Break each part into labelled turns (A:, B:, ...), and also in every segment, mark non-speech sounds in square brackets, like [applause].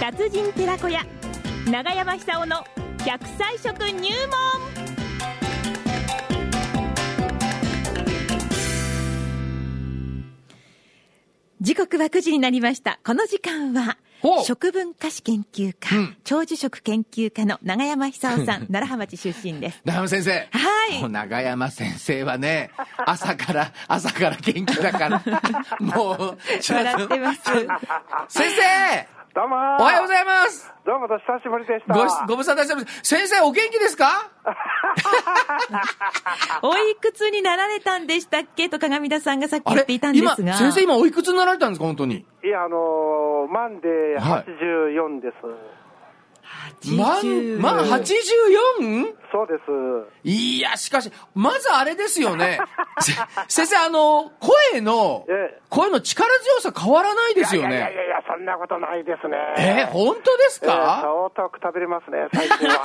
A: 達人寺子屋長山久夫の100歳食入門時刻は9時になりましたこの時間は
B: ほう
A: 食文化史研究家、
B: うん
A: 長寿食研究家の長山久夫さん楢葉町出身
B: [laughs]
A: です
B: 長山先生。
A: はい
B: もう長山先生はね、 [laughs] 朝から、朝から元気
A: [laughs]
B: だから。もう、ちょっ
A: 笑っ
B: と
A: てます
B: 先生
C: どうも
B: おはようご
C: い
B: ざいます
C: ます。どうも、お久しぶりでした。
B: ごしご無沙汰してます。先生、お元気ですか
A: おいくつになられたんでしたっけと鏡田さんがさっき
B: あ
A: 言っ
B: れ
A: ていたんです
B: 今、
A: が
B: 先生今おいくつになられたんですか本当に。
C: いや、あのー、マンデー
B: はい
C: 84です。
B: まん、まん 84?
C: そうです。
B: いや、しかし、まずあれですよね。 [laughs] せ先生、あの、声の
C: ええ、
B: 声の力強さ変わらないですよ
C: いやいやい
B: ね。
C: やいや、そんなことないですね。
B: えー、本当です
C: えー
B: か
C: 相当くたびれますね、最近は。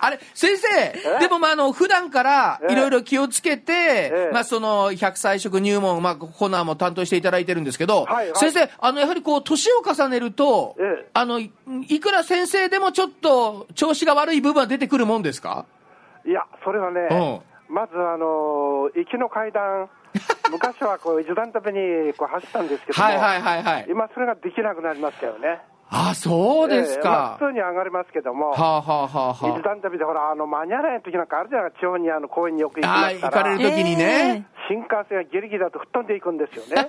B: あれ、先生、でもまあ、あの、普段から
C: え
B: いろいろ気をつけて、
C: え
B: まあ、その、100歳食入門、まあ、コーナーも担当していただいてるんですけど、
C: はいはい
B: 先生、あの、やはりこう、年を重ねると、
C: ええ
B: あの、いいくら先生でもちょっと、調子が悪い部分は出てくるもんですか
C: いや、それはね、まず、あのー、行きの階段、昔はこう、一段壁にこう走ったんですけども、
B: はいはいはいはい。
C: 今、それができなくなりましたよね。
B: あ、そうです
C: えーまあ
B: か。
C: 普通に上がりますけども、
B: はあ、はあはあ
C: 一
B: は
C: 段旅でほら、あの、間に合わない時なんかあるじゃない地方にあの、公園によく行き
B: あ、あ
C: ま
B: あ
C: す
B: ー、
C: か
B: 行
C: ら。
B: かれる時にね。
C: 新幹線がギリギリだと吹っ飛んでいくんですよ
B: [laughs]
C: ね。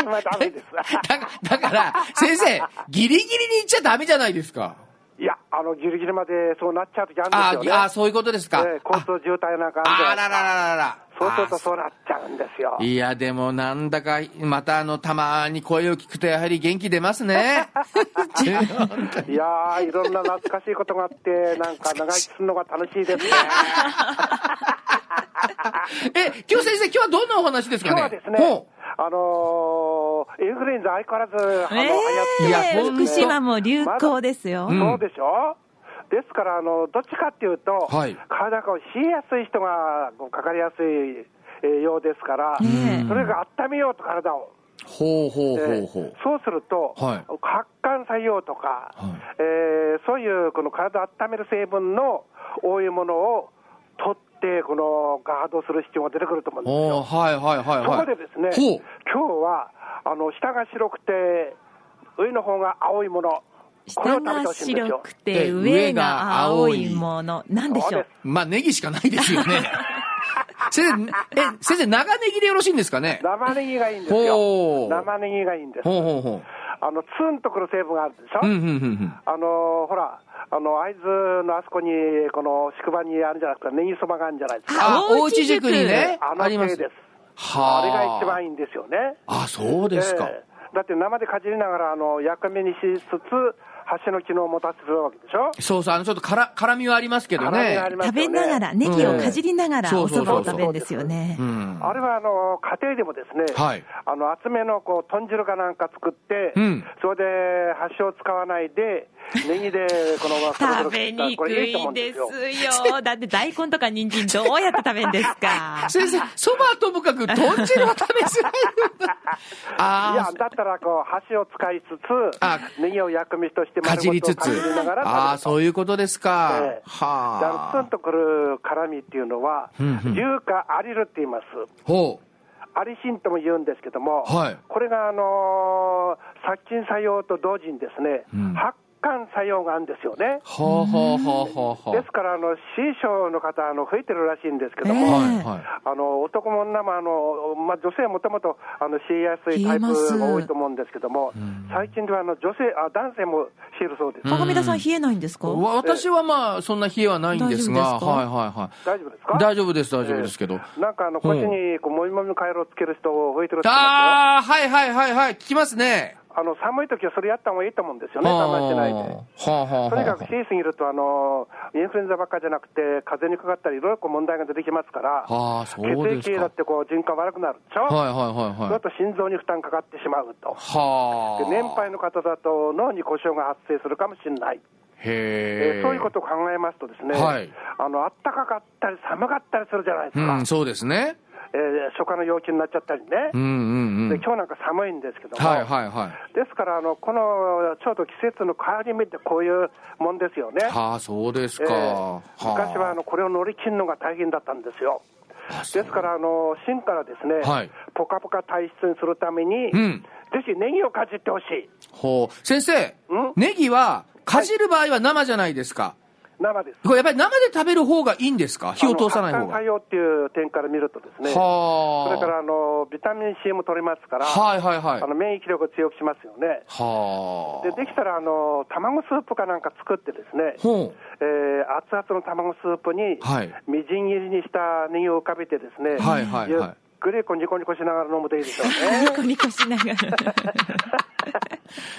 C: 今ダメです。
B: だだから、先生、ギリギリに行っちゃダメじゃないですか。 [laughs]
C: いや、あの、ギリギリまでそうなっちゃうときあ
B: あ
C: るん
B: ー、
C: ですよね。
B: あー、そういうことですか。
C: ええ交通渋滞なんか
B: あ
C: あ
B: あ
C: るじ
B: らら
C: ゃない
B: ららら。
C: ですか。そうするとそうなっちゃうんですよ。
B: いや、でもなんだか、またあの、たまに声を聞くとやはり元気出ます
C: [laughs]
B: ね。
C: いやー、いろんな懐かしいことが
B: [laughs]
C: あって、なんか長生きするのが楽しいですね。
B: え、今日先生、今日はどんなお話ですか
C: 今
B: ね
C: 日はですね
B: ほ、
C: あのー、インフルエンザ相変わらず、あの、
A: え
B: ー
C: 流行って
B: いや
A: え
B: ほんと
A: 福島も流行ですよ、
B: うん
C: そうでしょ、ですからあの、どっちかっていうと、
B: はい
C: 体が冷えやすい人がこうかかりやすい、えーようですから、
A: ねえ
C: それが温めようと、体を。
B: ほうほう
C: え
B: ほ
C: ー
B: うほう。
C: そうすると、
B: はい
C: 発汗作用とか、
B: はい
C: えーそういうこの体を温める成分の多いものを取って、このガードする必要が出てくると思うんです
B: お
C: よ。
B: ーはいはいはい
C: そ
B: は
C: こ
B: い。
C: でですね、
B: ほう。
C: 今日はあの下が白くて、上の方が青いもの、これを
A: 下
C: 食べ
A: が
C: てほしいんです
A: 白
C: よ。
A: くて上が青いものなんでしょう
B: まあ、ネギしかないですよね。
C: [laughs]
B: 先生、え、先生、長ネギでよろしいんですかね
C: 生ネギがいいんですよ
B: ほ。う
C: 生ネギがいいんです。
B: ほうほうほ
C: あの、ツンとくる成分があるでしょ、
B: う。うん、うん、うん
C: あのーほら、あの、会津のあそこに、この宿場にあるんじゃなくて、ネギそばがあるんじゃないですか。
B: あ
A: あ大内
B: 大内
A: 塾
B: 塾にね
C: あの
B: あります
C: せいです。
B: は
C: あれが一番いいんですよね。
B: あ、そうですか。
C: ええだって生でかじりながら、あの、薬味にしつつ、箸の機能を持たせてるわけでしょ
B: そうそう、あの、ちょっとから、辛みはありますけど
C: 辛み
B: ね
C: があ。りますよ
A: 食
C: ね
A: べながらネギをかじりなが
B: うん
A: らお蕎麦
B: そうそうそう
A: を食べるんですよね
B: うん。
C: あれはあの家庭でもですね、
B: はい
C: あの厚めのこう豚汁かなんか作って、
B: うん
C: それで箸を使わないで、ネギでこ
B: [laughs]
C: の
A: 食べに
C: こ
A: く
C: れいいと思う
A: い
C: ん
A: で
C: で
A: す
C: よ。
A: すよだって大根とか人参どうやって食べるんですか
B: 先生、そばはともかく豚汁は食べ
C: [laughs]
B: づらいんだ。
C: いや
B: あ
C: だったらこう箸を使いつ
B: あ
C: つ、ネギを薬味として
B: あ、か
C: 丸
B: じ
C: ご
B: り
C: と
B: つ
C: かじ
B: つ
C: りなが。
B: あ
C: ら
B: あ、
C: 食べると。
B: そういうことです
C: え
B: か
C: え。であの
B: は
C: ツン
B: あ。
C: とくる辛みっていうのは、
B: うんうん
C: 硫化アリルって言います。
B: ほう。
C: アリシンとも言うんですけども、
B: はい
C: これがあのー殺菌作用と同時にですね、
B: うん
C: 発汗作用があるんですよね。
B: はあ、はあ、はあ、はあ、は
C: ですから、あの、C 賞の方、あの、増えてるらしいんですけど
B: あ。
C: も、
B: はい、
A: ええ
B: はい。
C: あの、男も女も、あの、まあ、女性はもともと、あの、冷えやすいタイプが多いと思うんですけども、最近では、あの、女性、あ、男性も冷えるそうです。
B: うん
A: 鏡田さん冷えないんですか
B: わ私はまあ、そんな冷えはないんですが、
A: 大丈夫ですか
B: はい、は
C: 大丈夫です
B: い、は
C: か
B: い。大丈夫です、大丈夫ですけど。
C: なんか、あの、腰に、こう、もみもみカエルをつける人、増えてる人いますよ
B: ああ、はい、はい、はい、はい。聞きますね。
C: あの、寒い時はそれやった方がいいと思うんですよ
B: は
C: ね、
B: あ、
C: 我慢してないで
B: は。あ、はあ、
C: とにかく
B: は
C: 冷えすぎると、あの、インフルエンザばっかじゃなくて、風邪にかかったり、いろいろこう問題が出てきますか
B: あ。
C: ら、
B: はあ、
C: 血
B: そうです
C: 液だ
B: か
C: っ。てこう、循環悪くなるでしょ
B: はい、はい、はい、
C: そ
B: は
C: う
B: い
C: す。ると心臓に負担かかってしまうと。
B: は
C: で
B: あ。
C: 年配の方だと脳に故障が発生するかもしれない、
B: へ
C: え
B: え。
C: ーそういうことを考えますとですね、
B: はい
C: あの、暖かかったり寒かったりするじゃないですか。
B: うん、そうですね。
C: えー初夏の陽気になっちゃったりね、
B: うんうんう
C: で
B: ん。
C: 今日なんか寒いんですけども、
B: はいはいはい。
C: ですからあの、このちょうど季節の変わり目ってこういうもんですよね。
B: はあ、そうです
C: え
B: か。は
C: ー昔はあのこれを乗り切るのが大変だったんですよ。
B: あ
C: ですから、あの芯からですね、
B: はい
C: ポカポカ体質にするために、
B: うん
C: ぜひネギをかじってほしい、
B: ほう。先生、ネギは、かじる場合は生じゃないですか。
C: 生です。
B: これやっぱり生で食べる方がいいんですか火を通さない
C: あの
B: 方
C: 発
B: が。
C: 汗作用っていう点から見るとですね、
B: はあ。
C: それからあのビタミン C も取れますから、
B: はいはいはい
C: あ。の免疫力を強くしますよね。
B: はあ。
C: でできたらあの卵スープかなんか作ってですね、
B: ほう。
C: えー熱々の卵スープに、
B: はい
C: みじん切りにしたネギを浮かべてですね、
B: はいはい
C: ゆっ
B: はい
C: くりこニコニコしながら飲むといいでしょう
A: ニ
B: [laughs]
C: ね。
A: コニコしながら。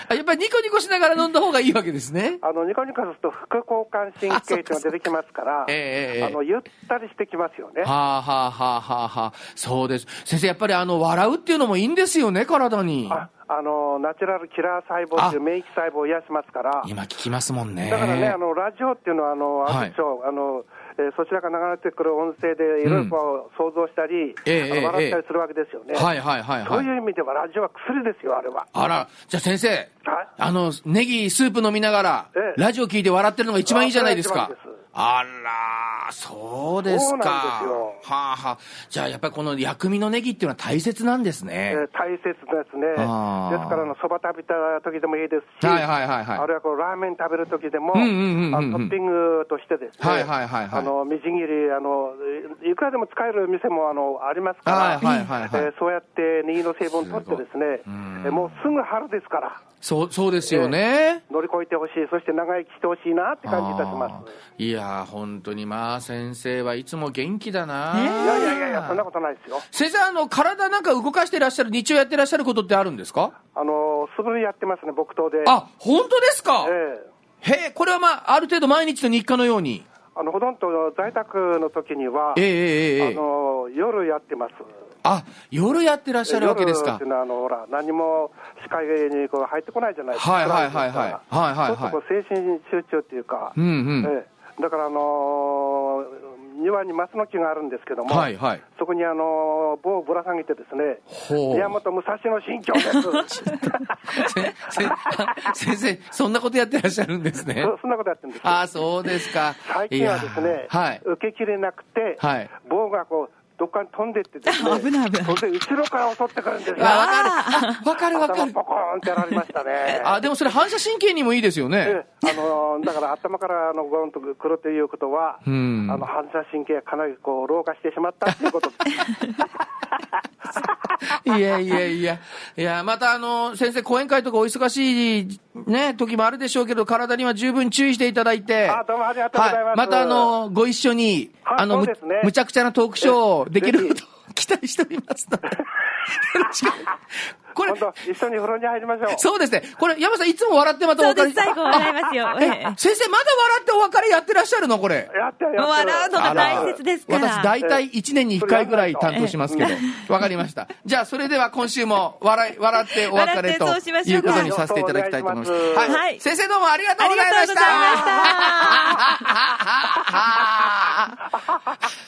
B: あやっぱりニコニコしながら飲んだ方がいいわけですね。
C: あのニコニコすると副交感神経というのが出てきますから、
B: ええええええ
C: あのゆったりしてきますよね。
B: はあ、はあはあはあはあ、そうです。先生、やっぱりあの、笑うっていうのもいいんですよね、体に。
C: ああのナチュラルキラー細胞という免疫細胞を癒しますから、
B: 今聞きますもんね。
C: だからね、あのラジオっていうのは、あの
B: は
C: あ
B: い
C: る種あのえーそちらから流れてくる音声でいろいろこう想像したり、
B: ええ
C: あの笑
B: ええ
C: ったりするわけですよね。
B: はいはいはい
C: そう
B: はい。
C: いう意味では、ラジオは薬ですよ、あれは。
B: あら、じゃあ先生、
C: はい
B: あの、ネギスープ飲みながら、
C: ええ
B: ラジオ聞いて笑ってるのが一番いいじゃないですか
C: あそれが一番です。
B: あら、そうですか。
C: そうなんですよ
B: はあはあ。じゃあやっぱりこの薬味のネギっていうのは大切なんですね。
C: えー大切ですね。です
B: あー
C: から、あの、そば食べた時でもいいですし、
B: はいはいはいはい
C: あるいはこう、ラーメン食べる時でも、あ
B: うんうんうんうんうん
C: のトッピングとしてですね、
B: はいはいはいはい
C: あの、みじん切り、あの、いいくらでも使える店も、あの、ありますから、
B: はいはいはいはい
C: えーそうやってネギの成分取ってですね、えーもうすぐ春ですから、
B: そう、そうですよね。
C: 乗り越えてほしい、そして長生きしてほしいなって感じいたします。
B: いやー、本当に、まあ、先生はいつも元気だな、
A: ね、
C: いやいやいやいや、そんなことないですよ。
B: 先生、あの、体なんか動かしてらっしゃる、日曜やってらっしゃることってあるんですか
C: あの、素振りやってますね、木刀で。
B: あ、本当ですか、
C: ええ
B: へえ、これはまあ、ある程度毎日の日課のように。
C: あのほとんど在宅の時には、
B: えええええ
C: あ
B: え
C: の夜やってます。
B: あ、夜やってらっしゃるわけです
C: 夜っ
B: か
C: ていうのはあのほら何も視界にこう入ってこないじゃないですか。
B: はいはいはいはい
C: 暗です
B: はいはいはい
C: からちょっとこう精神集中っていうか、
B: うんうん
C: ええだからあのー庭に松の木があるんですけども、
B: はいはい
C: そこにあの棒をぶら下げてですね、
B: ほう
C: 宮本武蔵の心境です。
B: せせ [laughs] 先生、そんなことやってらっしゃるんですね。
C: [laughs] そそんなことやってるんですよ。
B: あ、そうですか。
C: 最近はです
B: いや
C: ね、
B: ーはい。
C: 受けきれなくて、
B: はい
C: 棒がこう、どっかに飛んでってですね
B: [laughs]
A: 危ない危ない
C: それで後ろから襲ってくるんですよ。
B: あ
C: [laughs]
B: わかる。あわかるわか
C: 頭
B: る。
C: ポ。コーンってやられました
B: [laughs]
C: ね
B: あ、でもそれ反射神経にもいいですよね。
C: ええあのーだから頭からあのゴロンとくるということは、
B: うん
C: あの反射神経がかなりこう老化してしまったとい
B: [laughs]
C: うことです。
B: いやいやいや。いや、またあの、先生、講演会とかお忙しいね、時もあるでしょうけど、体には十分注意していただいて。
C: あどうもありがとうございます
B: はまたあの、ご一緒に、
C: はい
B: あの、
C: そう
B: む
C: ですね
B: むちゃくちゃなトークショーをできるこ
C: ぜ
B: とを期待しておりますので。よろしく。これ
C: 今、度一緒に風呂に入りましょう。
B: そうですね。これ、山さんいつも笑ってまたお
A: そう
B: 別
A: で
B: れ
A: す、最後笑いますよ。
B: え
A: ええ
B: 先生、まだ笑ってお別れやってらっしゃるのこれ。
C: やってやって
A: 笑うのが大切ですから。
B: 私、大体1年に1回ぐらい担当しますけど
A: え、
B: わかりました。じゃあ、それでは今週も笑い、笑ってお別れと
A: 笑ってそうしまし
B: い
A: ょ
B: う
A: うか
B: ことにさせていただきたいと思います。
C: はい
B: はい。先生どうもありがとう
A: あ
B: ご
A: り
B: ざ
A: が
B: い
A: とう
B: ま
A: ござ
B: し
A: い
B: た。
A: ま [laughs] した。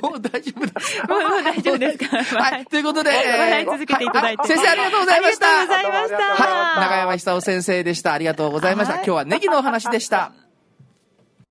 B: もう大丈夫です。
A: もうもう大丈夫ですか
B: はい。ということで、えー
A: 笑い続けていただいて。
B: は先生ありがとうございました。
A: ありがとうございました。
B: はい。中山久夫先生でした。ありがとうございました。
A: はい
B: 今日はネギのお話でした。